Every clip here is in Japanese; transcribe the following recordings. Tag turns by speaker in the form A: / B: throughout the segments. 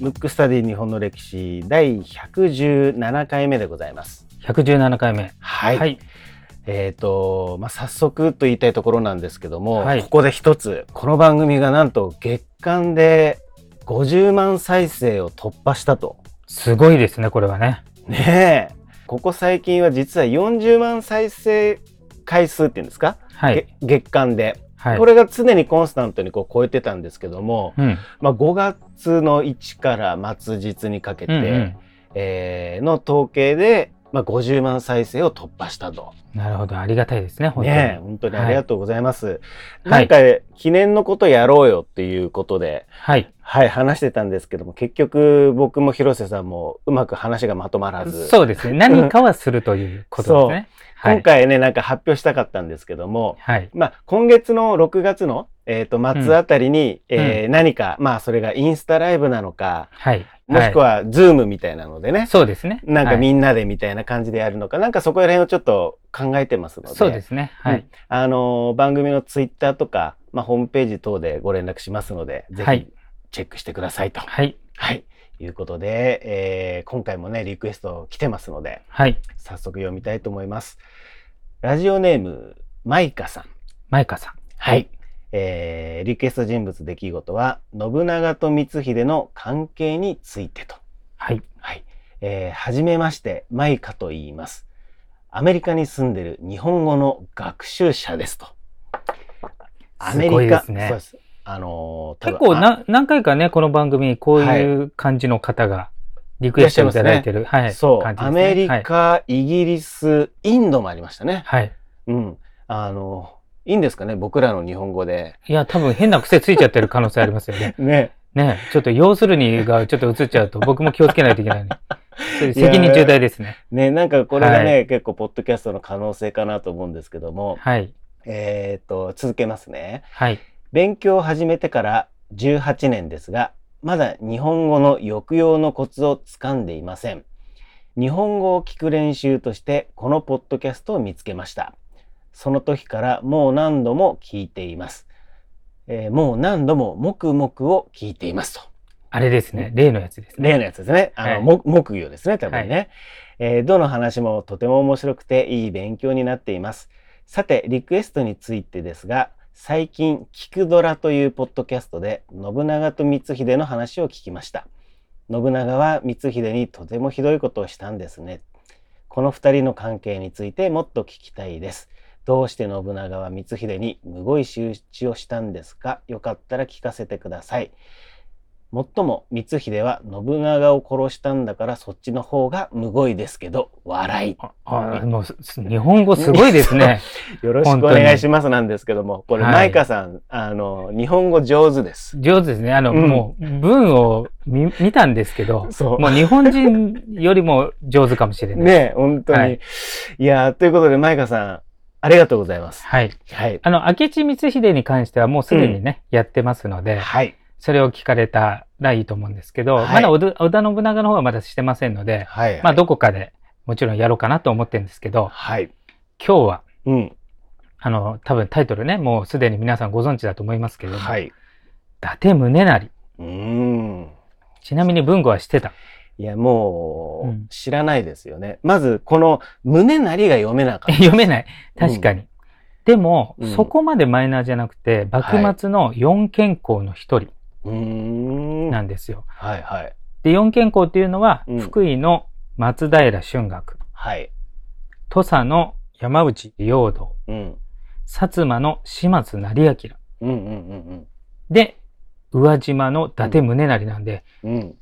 A: ムックスタディ日本の歴史第117回目でございます。
B: 117回目。
A: はい。
B: はい。
A: えっ、と、まあ、早速と言いたいところなんですけども、
B: はい
A: ここで一つ、この番組がなんと月間で50万再生を突破したと。
B: すごいですね、これはね。
A: ねえ。ここ最近は実は40万再生回数っていうんですか、
B: はい。
A: げ月間で。
B: はい。
A: これが常にコンスタントにこう超えてたんですけども、
B: うん。
A: まあ、5月の1から末日にかけて、
B: うんうん
A: えーの統計で、まあ、50万再生を突破したと。
B: なるほど。ありがたいですね、本当に。
A: ねえ本当にありがとうございます。
B: い
A: なんか、記念のことやろうよっていうことで、
B: はい。
A: はい、話してたんですけども結局僕も広瀬さんもうまく話がまとまらず。
B: そうです ね。何かはするということですね。はい
A: 今回ね、なんか発表したかったんですけども、
B: はい。
A: まあ、今月の6月の、えー、と末あたりに、
B: うん
A: えー何か、まあ、それがインスタライブなのか、
B: はい。
A: もしく
B: は
A: は、ズームみたいなのでね
B: い。、そうですね。
A: なんかみ
B: ん
A: んなでみたいな感じでやるのか、なんかそこら辺をちょっと考えてますので、
B: そうですね。はい。
A: あのー番組のツイッターとか、まあ、ホームページ等でご連絡しますので、ぜ
B: はい
A: ひチェックしてくださいと。はい。
B: はい。
A: い、うことで、えー今回もね、リクエスト来てますので、
B: はい。
A: 早速読みたいと思います。ラジオネーム、マイカさん。
B: マイカさん。
A: はい。えーリクエスト人物出来事は、信長と光秀の関係についてと。
B: はい。
A: はい。えーはじめまして、マイカと言います。アメリカに住んでる日本語の学習者ですと。アメリカ
B: すごいですね
A: そうです。あのー
B: 結構、
A: 多分
B: な何回かね、この番組、こういう感じの方がリクエストいただいてる。は
A: あ
B: い。
A: そう、
B: 感じ
A: ア
B: ですね
A: メリ
B: はい。
A: カ、イギリス、インドもありましたね。
B: はい。
A: うん。あのーいいんですかね、僕らの日本語で。
B: いや、多分変な癖ついちゃってる可能性ありますよね。
A: ね。
B: ねちょっと要するにがちょっと映っちゃうと僕も気をつけないといけないね。 それ責任重大ですね。
A: ね、なんかこれがね、
B: は
A: 結構、ポッドキャストの可能性かなと思うんですけども、
B: はい。
A: えーっと、続けますね。
B: はい。
A: 勉強を始めてから18年ですが、まだ日本語の抑揚のコツをつかんでいません。日本語を聞く練習としてこのポッドキャストを見つけました。その時からもう何度も聞いています。えーもう何度も黙々を聞いていますと。
B: あれですね。例のやつですね。
A: 例のやつですね。あの、
B: はい
A: も木魚ですね、多分ね、えーどの話もとても面白くていい勉強になっています。さて、リクエストについてですが、最近、聞くドラというポッドキャストで、信長と光秀の話を聞きました。信長は光秀にとてもひどいことをしたんですね。この二人の関係についてもっと聞きたいです。どうして信長は光秀にむごい仕打ちをしたんですかよかったら聞かせてください。もっとも光秀は信長を殺したんだからそっちの方がむごいですけど笑い。
B: ああもうすす日本語すごいですね。
A: よろしくお願いしますなんですけども、これ、
B: はい
A: マイカさん、あの、日本語上手です。
B: 上手ですね。あの、
A: うん
B: もう文を見見たんですけど、
A: そう。
B: もう日本人よりも上手かもしれない。
A: ねえ本当に。
B: はいい、
A: やーということで、マイカさん、ありがとうございます。
B: はい。
A: はい。
B: あの、明智光秀に関してはもうすでにね、やってますので、
A: はい。
B: それを聞かれたらいいと思うんですけど、
A: はい
B: まだ織田織田信長の方はまだしてませんので、
A: はい。
B: まあどこかでもちろんやろうかなと思ってるんですけど、
A: はい。
B: 今日は、
A: うん。
B: あの、多分タイトルね、もうすでに皆さんご存知だと思いますけれども、
A: はい。
B: 伊達宗成。
A: うーん。
B: ちなみに文語はしてた。
A: いや、もう、
B: うん
A: 知らないですよね。まず、この、胸なりが読めなかった。
B: 読めない。確かに。でも、
A: うん
B: そこまでマイナーじゃなくて、幕末の四健康の一人
A: うーん。
B: なんですよ。
A: はいはい。
B: で、四健康っていうのは、
A: うん
B: 福井の松平春岳、
A: はい。
B: 土佐の山内陽道、
A: うん。
B: 薩摩の島津成明
A: うんうんうん
B: で、宇和島の伊達宗成なんで、
A: うん。うん。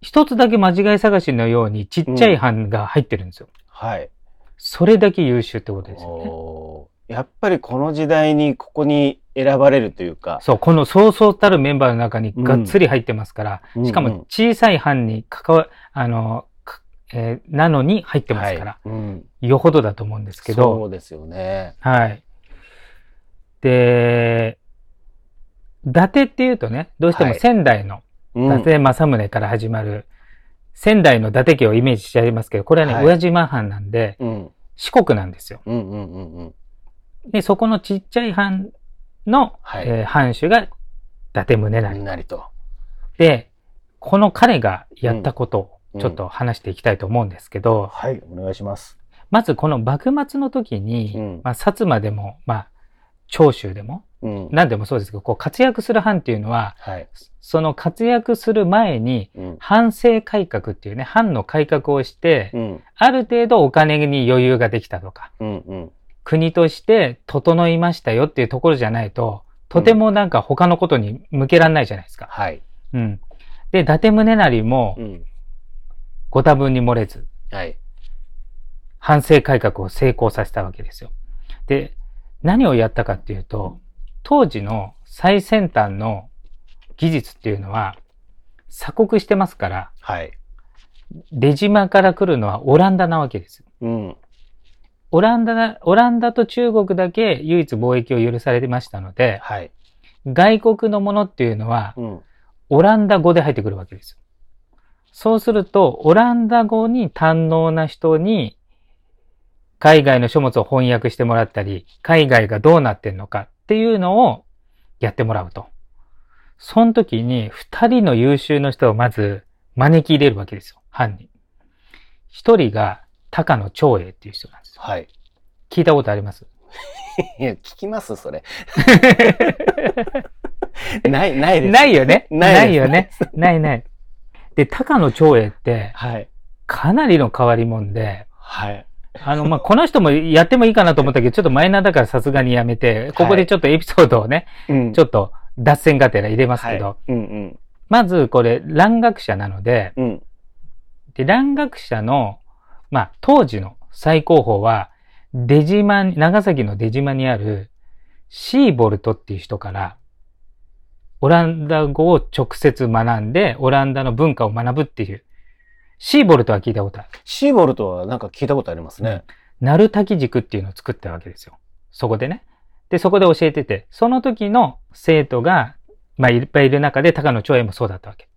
B: 一つだけ間違い探しのようにちっちゃい版が入ってるんですよ。
A: はい。
B: それだけ優秀ってことですよね。
A: おーやっぱりこの時代にここに選ばれるというか、
B: そう、このそうそうたるメンバーの中にがっつり入ってますから、
A: うん
B: しかも小さい版に関わ、あの、かえーなのに入ってますから、
A: はいうん、
B: よほどだと思うんですけ
A: そ
B: ど、
A: うですよね。
B: はい。で、伊達っていうとね、どうしても
A: はい
B: 仙台の
A: うん
B: 伊達政宗から始まる、仙台の伊達家をイメージしちゃいますけど、これはね、
A: はい
B: 宇和島藩なんで、
A: うん
B: 四国なんですよ。
A: うんうんうんうん
B: で、そこのちっちゃい藩の、
A: はい
B: えー藩主が伊達宗成。
A: なりと。
B: で、この彼がやったこと
A: う
B: を
A: ん
B: ちょっと話していきたいと思うんですけど、
A: はい、お願いします。
B: まずこの幕末の時に、
A: うん
B: まあ、薩摩でも、まあ、長州でも、
A: うん。
B: 何でもそうですけど、こう活躍する藩っていうのは、
A: はい。
B: その活躍する前に、
A: うん。
B: 藩政改革っていうね、藩の改革をして、
A: うん。
B: ある程度お金に余裕ができたとか、
A: うん。うん。
B: 国として整いましたよっていうところじゃないと、とてもなんか他のことに向けられないじゃないですか。
A: はい。
B: うん。で、伊達宗成も
A: うん。
B: ご多分に漏れず、
A: はい。
B: 反省改革を成功させたわけですよ。で、何をやったかっていうと、当時の最先端の技術っていうのは、鎖国してますから、
A: はい。
B: 出島から来るのはオランダなわけです。
A: うん。
B: オランダな、オランダと中国だけ唯一貿易を許されてましたので、
A: はい。
B: 外国のものっていうのは、
A: うん。
B: オランダ語で入ってくるわけですよ。そうすると、オランダ語に堪能な人に、海外の書物を翻訳してもらったり、海外がどうなってんのかっていうのをやってもらうと。その時に、二人の優秀の人をまず招き入れるわけですよ、犯人。一人が高野長英っていう人なんですよ。
A: はい。
B: 聞いたことあります
A: いや、聞きますそ れ。ない、ないです。
B: ないよね
A: な
B: ない
A: で
B: い
A: す
B: よね。ないない。で、高野長英って、
A: はい。
B: かなりの変わりもんで、
A: はい。
B: あの、まあ、この人もやってもいいかなと思ったけど、ちょっとマイナーだからさすがにやめて、ここでちょっとエピソードをね、
A: うん
B: ちょ
A: っ
B: っと脱線がてら入れますけど、
A: はい、うんうん。
B: まずこれ、蘭学者なので、
A: うん。
B: で、蘭学者の、まあ、当時の最高峰は、出島に、長崎の出島にあるシーボルトっていう人から、オランダ語を直接学んで、オランダの文化を学ぶっていう。シーボルトは聞いたことある。
A: シーボルトはなんか聞いたことありますね。
B: なるたき軸っていうのを作ったわけですよ。そこでね。で、そこで教えてて、その時の生徒が、まあ、いっぱいいる中で、高野長英もそうだったわけ。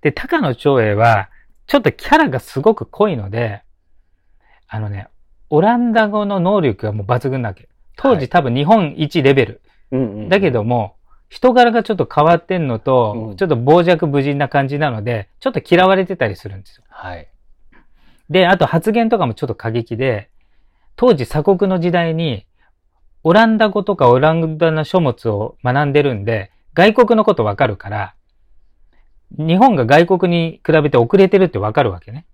B: で、高野長英は、ちょっとキャラがすごく濃いので、あのね、オランダ語の能力がもう抜群なわけ。当
A: はい
B: 時多分日本一レベル。
A: うんうん。
B: だけど、も、人柄がちょっと変わってんのと、
A: うん
B: ちょっと傍若無人な感じなので、ちょっと嫌われてたりするんですよ。
A: はい。
B: で、あと発言とかもちょっと過激で、当時鎖国の時代に、オランダ語とかオランダの書物を学んでるんで、外国のことわかるから、日本が外国に比べて遅れてるってわかるわけね。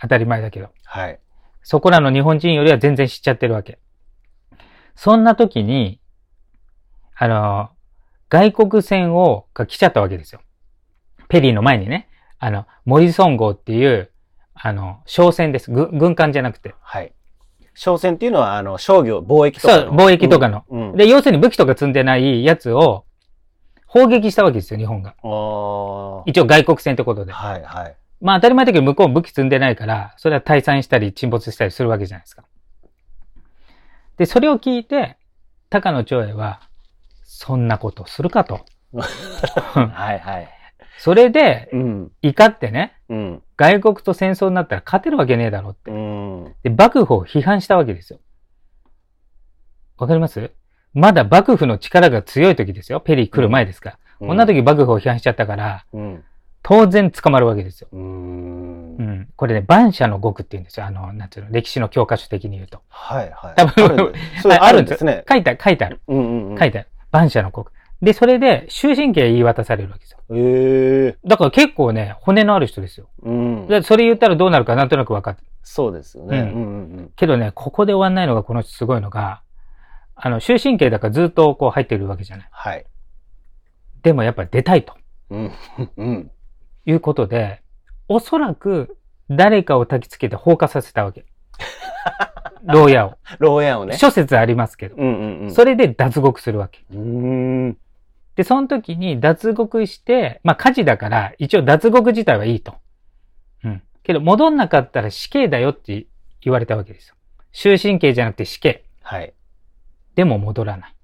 B: 当たり前だけど。
A: はい。
B: そこらの日本人よりは全然知っちゃってるわけ。そんな時に、あの、外国船を、が来ちゃったわけですよ。ペリーの前にね、あの、モリソン号っていう、あの、商船です。ぐ軍艦じゃなくて。
A: はい。商船っていうのは、あの、商業、貿易とかの。
B: そう貿易とかの
A: うん。うん、
B: で、要するに武器とか積んでないやつを、砲撃したわけですよ、日本が。
A: あー
B: 一応外国船ってことで。
A: はい、はい。
B: まあ当たり前だけど向こう武器積んでないから、それは退散したり沈没したりするわけじゃないですか。で、それを聞いて、高野長英は、そんなことするかと。
A: はい、はい。
B: それで、
A: うん。
B: 怒ってね、
A: うん。
B: 外国と戦争になったら勝てるわけねえだろって
A: う。ん。
B: で、幕府を批判したわけですよ。わかりますまだ幕府の力が強い時ですよ。ペリー来る前ですから。こんな時幕府を批判しちゃったから、
A: うん。
B: 当然捕まるわけですよ。
A: う。
B: うんん。これね、万社の極って言うんですよ。あの、なんていうの、歴史の教科書的に言うと。
A: はい、はい。
B: 多分
A: あるんです。それあるんですね。
B: 書いてある、書いてある、
A: うんうんうん。
B: 書いてある。万社の国。で、それで、終身刑言い渡されるわけですよ。
A: ええ
B: だから結構ね、骨のある人ですよ。
A: うん。
B: でそれ言ったらどうなるかなんとなく分かってる。
A: そうですよね。う
B: うんん
A: うん
B: けどね、ここで終わんないのがこの人すごいのが、あの、終身刑だからずっとこう入ってるわけじゃない。
A: はい。
B: でもやっぱり出たいと
A: うん。うん。
B: いうことで、おそらく誰かを焚きつけて放火させたわけ。 牢屋を。
A: 牢屋をね。
B: 諸説ありますけど。
A: うんうんうん。
B: それで脱獄するわけ。
A: うーん。
B: で、その時に脱獄して、まあ火事だから、一応脱獄自体はいいと。うん。けど、戻んなかったら死刑だよって言われたわけですよ。終身刑じゃなくて死刑。
A: はい。
B: でも戻らない。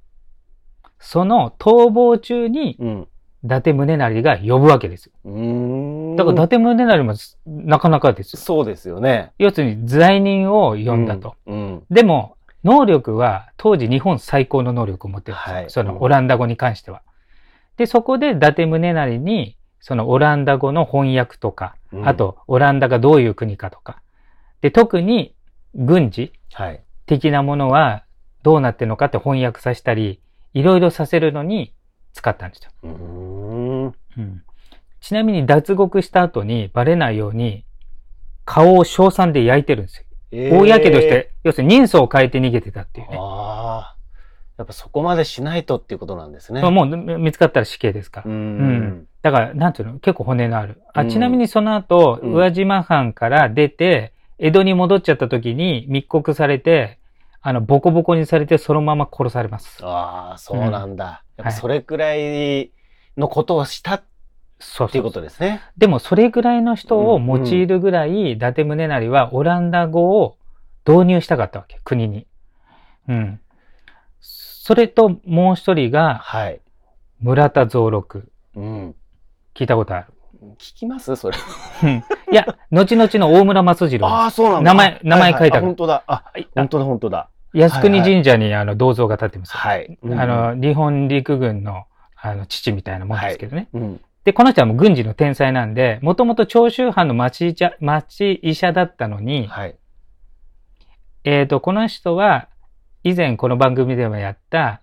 B: その逃亡中に、
A: うん。
B: 伊達宗成が呼ぶわけですよ。
A: うーん。
B: だから伊達宗成もなかなかですよ。
A: そうですよね。
B: 要するに罪人を呼んだと。
A: うん。
B: でも、能力は当時日本最高の能力を持ってるんですよ。
A: はい
B: そのオランダ語に関しては。で、そこで伊達宗成に、そのオランダ語の翻訳とか、
A: うん
B: あ、とオランダがどういう国かとか、で、特に軍事
A: はい。
B: 的なものはどうなってるのかって翻訳させたり、いろいろさせるのに使ったんですよ。
A: うーん。
B: ちなみに脱獄した後にバレないように、顔を硝酸で焼いてるんですよ。
A: えー
B: 大やけどして、要するに人相を変えて逃げてたっていうね。
A: ああ。やっぱそこまでしないとっていうことなんですね。
B: まあもうね見つかったら死刑ですから。
A: うん。
B: だから、なんていうの結構骨のある。あ、
A: うん
B: ちなみにその後、
A: うん
B: 宇和島藩から出て、江戸に戻っちゃった時に密告されて、あの、ボコボコにされてそのまま殺されます。
A: ああ、そうなんだ。
B: うん
A: やっぱそれくらいのことをしたっ
B: そう
A: て
B: そ
A: いう
B: う
A: ことですね。
B: でも、それぐらいの人を用いるぐらい、伊達宗成はオランダ語を導入したかったわけ、国に。うん。それと、もう一人が、
A: はい。
B: 村田蔵六。
A: うん。
B: 聞いたことある。
A: 聞きますそれ。
B: うんいや、後々の大村松次郎です
A: ああ、そうなんだ。
B: 名前名前書いてある
A: あ本当だ。あ、本当だ、本当だ。
B: 靖国神社にあの銅像が立ってますよ。
A: はい。うん
B: あ、の、日本陸軍のあの父みたいなもんですけどね。
A: うん。
B: で、この人はもう軍事の天才なんで、もともと長州藩の町医者町医者だったのに、
A: はい。
B: えっ、と、この人は以前この番組でもやった、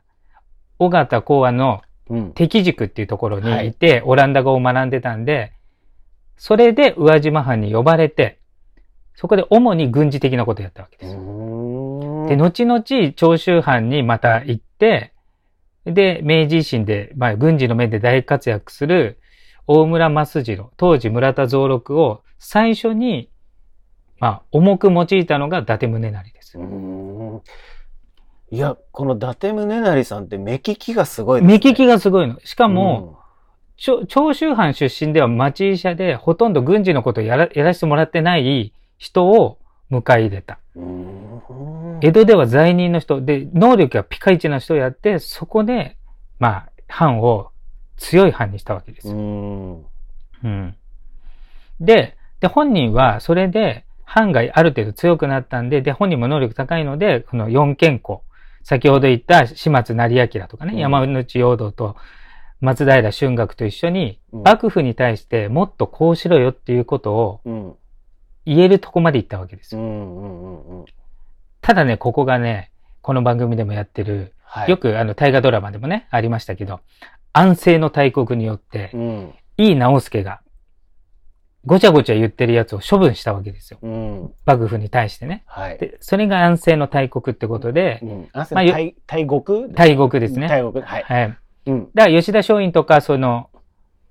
B: 尾形講和の
A: うん。
B: 敵塾っていうところにいて、オランダ語を学んでたんで、それで宇和島藩に呼ばれて、そこで主に軍事的なことをやったわけですよ。で、後々、長州藩にまた行って、で、明治維新で、まあ、軍事の面で大活躍する大村益次郎、当時村田蔵六を最初に、まあ、重く用いたのが伊達宗成です。
A: うんいや、この伊達宗成さんって目利きがすごい
B: 目利
A: が
B: きがすごいの。しかも、ちょ長州藩出身では町医者で、ほとんど軍事のことをやらやらせてもらってない人を迎え入れた。
A: うん、
B: 江戸では罪人の人で、能力がピカイチな人をやって、そこで、まあ、藩を強い藩にしたわけです
A: う
B: よ。
A: ん。
B: うんで、で、本人はそれで、藩がある程度強くなったんで、で、本人も能力高いので、この四健公、先ほど言った島津成明とかね、
A: うん
B: 山内陽道と松平春岳と一緒に、
A: うん
B: 幕府に対してもっとこうしろよっていうことを
A: うん。
B: 言えるとこまで行ったわけです
A: う
B: よ。
A: ん。うんうん。うん。
B: ただね、ここがね、この番組でもやってる、
A: はい。
B: よくあの大河ドラマでもね、ありましたけど、安政の大国によって
A: う、ん。
B: 井伊直弼が、ごちゃごちゃ言ってるやつを処分したわけですよ。
A: うん。
B: 幕府に対してね。
A: はい。
B: で、それが安政の大国ってことで
A: う、ん。あ、そ
B: まあ
A: れ、
B: よ
A: 大、大国
B: 大国ですね。
A: 大国。はい。
B: はい。
A: うん。
B: だから吉田松陰とか、その、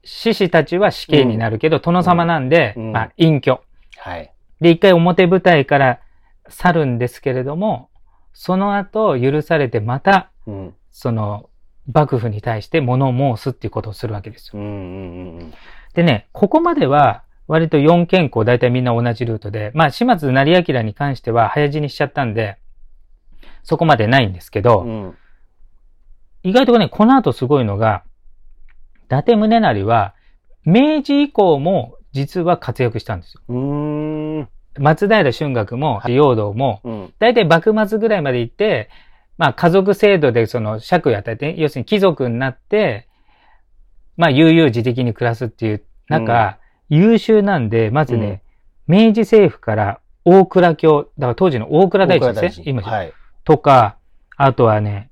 B: 志士たちは死刑になるけど、殿様なんで、
A: うん
B: まあ、隠居。
A: はい。
B: で、一回表舞台から去るんですけれども、その後許されてまた、
A: うん。
B: その、幕府に対して物を申すっていうことをするわけですよ
A: うん。うん。うん。
B: でね、ここまでは、割と4健康、大体みんな同じルートで、まあ、島津成明に関しては早死にしちゃったんで、そこまでないんですけど、
A: うん。
B: 意外とね、この後すごいのが、伊達宗成は、明治以降も実は活躍したんですよ。
A: うん。
B: 松平春岳も、陽道も、
A: うん。
B: 大体幕末ぐらいまで行って、まあ家族制度でその爵を与えて、要するに貴族になって、まあ悠々自適に暮らすっていう中、優秀なんで、まずね、明治政府から大蔵卿、だから当時の大蔵大臣ですね、今、
A: はい。
B: とか、あとはね、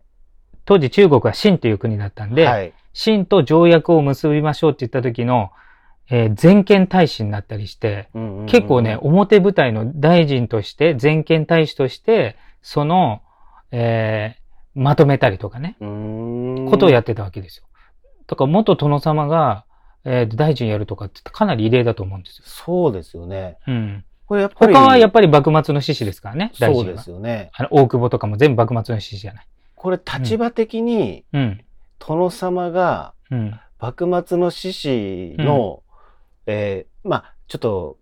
B: 当時中国は清という国だったんで、
A: はい。
B: 清と条約を結びましょうって言った時の、えー全権大使になったりして、結構ね、表舞台の大臣として、全権大使として、その、えーまとめたりとかね、
A: うん。
B: ことをやってたわけですよ。だから元殿様が、えー大臣やるとかってかなり異例だと思うんですよ。
A: そうですよね。
B: うん。
A: これやっぱり。
B: 他はやっぱり幕末の志士ですからね、大
A: そう
B: 臣
A: で
B: は
A: す。よね。
B: あの、大久保とかも全部幕末の志士じゃない。
A: これ立場的に、
B: うん。
A: 殿様が
B: うん。
A: 幕末の志士の、えーまあ、ちょっと、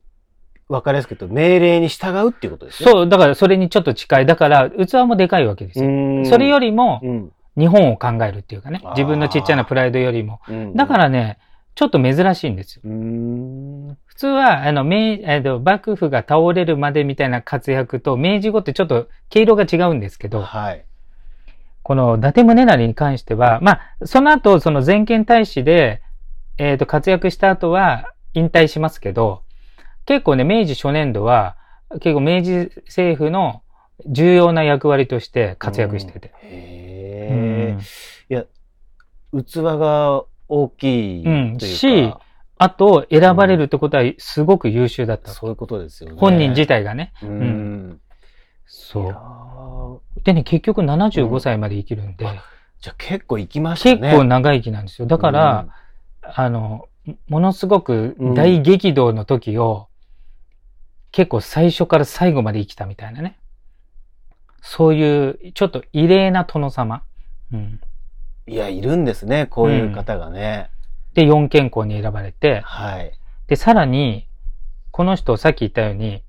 A: わかりやすく言うと、命令に従うっていうことですね。
B: そう、だからそれにちょっと近い。だから、器もでかいわけですよ。
A: う
B: それよ
A: り、
B: りも、
A: うん
B: 日本を考えるっていうかね
A: あー、
B: 自分のちっちゃなプライドよりも、
A: うん
B: だからね、ちょっと珍しいんですよ。
A: うーん。
B: 普通は、あの、明、えっと、幕府が倒れるまでみたいな活躍と、明治後ってちょっと毛色が違うんですけど、
A: はい。
B: この伊達宗成に関しては、まあ、その後、その全権大使で、えっ、と、活躍した後は引退しますけど、結構ね、明治初年度は、結構明治政府の重要な役割として活躍してて。
A: へえ。器が大きいという
B: うん
A: か。
B: しあと、選ばれるってことはすごく優秀だった。
A: そういうことですよね。
B: 本人自体がね。
A: うん。い
B: そ
A: や
B: う。
A: ー
B: でね、結局
A: う
B: 75
A: ん
B: 歳まで生きるんで、
A: あじゃあ結構行きました
B: 結
A: ね。
B: 構長生きなんですよ。だから、あの、ものすごく大激動の時を、結構最初から最後まで生きたみたいなね。そういう、ちょっと異例な殿様。うん、
A: うん、いや、いるんですね、こういう方がね。
B: で、四健康に選ばれて、
A: はい。
B: で、さらに、この人、さっき言ったように、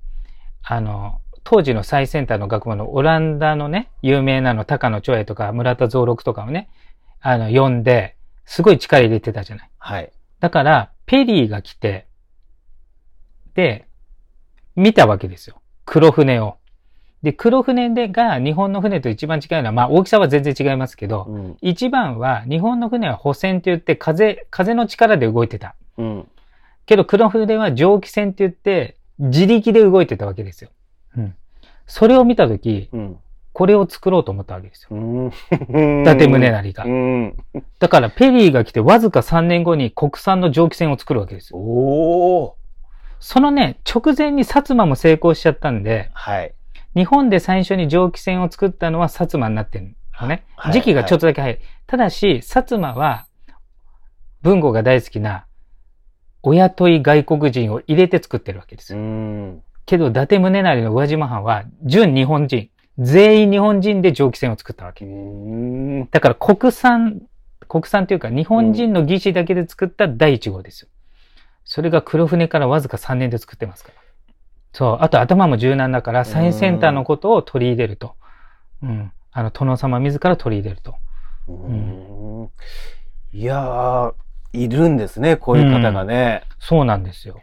B: あの、当時の最先端の学問のオランダのね、有名なの高野長英とか村田蔵六とかをね、あの、読んで、すごい力入れてたじゃない。
A: はい。
B: だから、ペリーが来て、で、見たわけですよ。黒船を。で、黒船でが日本の船と一番近いのは、まあ大きさは全然違いますけど、
A: うん。
B: 一番は日本の船は補船って言って風、風の力で動いてた。
A: うん。
B: けど黒船は蒸気船って言って自力で動いてたわけですよ。うん。それを見たとき、
A: うん。
B: これを作ろうと思ったわけですよ。
A: うん。
B: 伊達宗成が
A: う。ん。
B: だからペリーが来てわずか3年後に国産の蒸気船を作るわけですよ。
A: おお。
B: そのね、直前に薩摩も成功しちゃったんで、
A: はい。
B: 日本で最初に蒸気船を作ったのは薩摩になってるのね。
A: はい
B: 時期がちょっとだけ早い。ただし、薩摩は文豪が大好きな、お雇い外国人を入れて作ってるわけです
A: う
B: よ。
A: ん。
B: けど、伊達宗成の宇和島藩は、純日本人、全員日本人で蒸気船を作ったわ
A: う
B: け。
A: ん。
B: だから国産、国産というか日本人の技師だけで作った第一号ですよ。それが黒船からわずか3年で作ってますから。そう。あと頭も柔軟だから最先端のことを取り入れると。うん。あの、殿様自ら取り入れると。
A: うんいやー、いるんですね、こういう方がね。
B: そうなんですよ。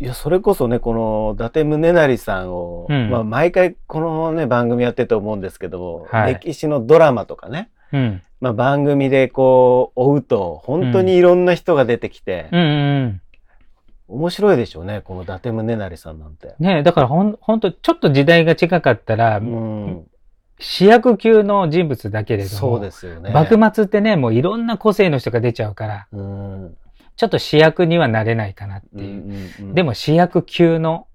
A: いや、それこそね、この伊達宗成さんを、
B: うん
A: まあ、毎回このね、番組やってて思うんですけども、
B: はい
A: 歴史のドラマとかね、
B: うん。
A: まあ、番組でこう、追うと、本当にいろんな人が出てきて、
B: うんうんうん。
A: 面白いでしょうね、この伊達宗成さんなんて。
B: ねえだからほん、ほんと、ちょっと時代が近かったら、
A: うん、
B: 主役級の人物だけれども、
A: そうですよね。
B: 幕末ってね、もういろんな個性の人が出ちゃうから、
A: うん
B: ちょっと主役にはなれないかなって
A: う
B: いう。
A: んうん
B: でも主役級の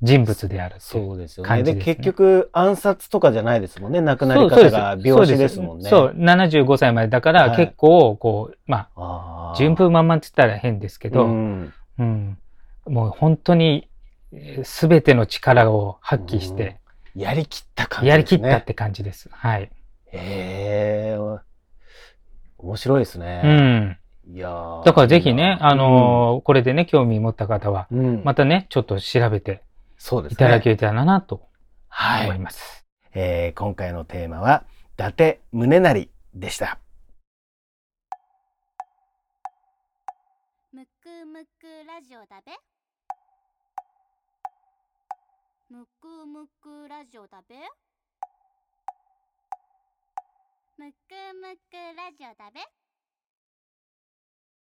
B: 人物であるっていう
A: そうですよね。
B: 感
A: で
B: じですね
A: 結局暗殺とかじゃないですもんね。亡くな
B: そ
A: り
B: うそう
A: 方
B: です
A: が病死ですもんね。
B: そうですそう、75歳までだか
A: は
B: ら
A: い
B: 結構、こう、ま
A: あ
B: あ、
A: ー
B: 順風満々って言ったら変ですけど、
A: う
B: うん、
A: ん
B: もう本当に、すべての力を発揮して、
A: やりきった感じですね。
B: やりきったって感じです。はい。
A: へえ。面白いです
B: う
A: ね。
B: ん。
A: いやー
B: だからぜひね、
A: いいな
B: あのーこれでね、興味持った方は、
A: うんうん
B: またね、ちょっと調べて
A: そうですね。
B: いただけたらなと
A: は
B: 思い
A: い、
B: ます。
A: えー今回のテーマは、伊達宗成でした。
C: むくむくラジオだべむくむくラジオだべむくむくラジオだべ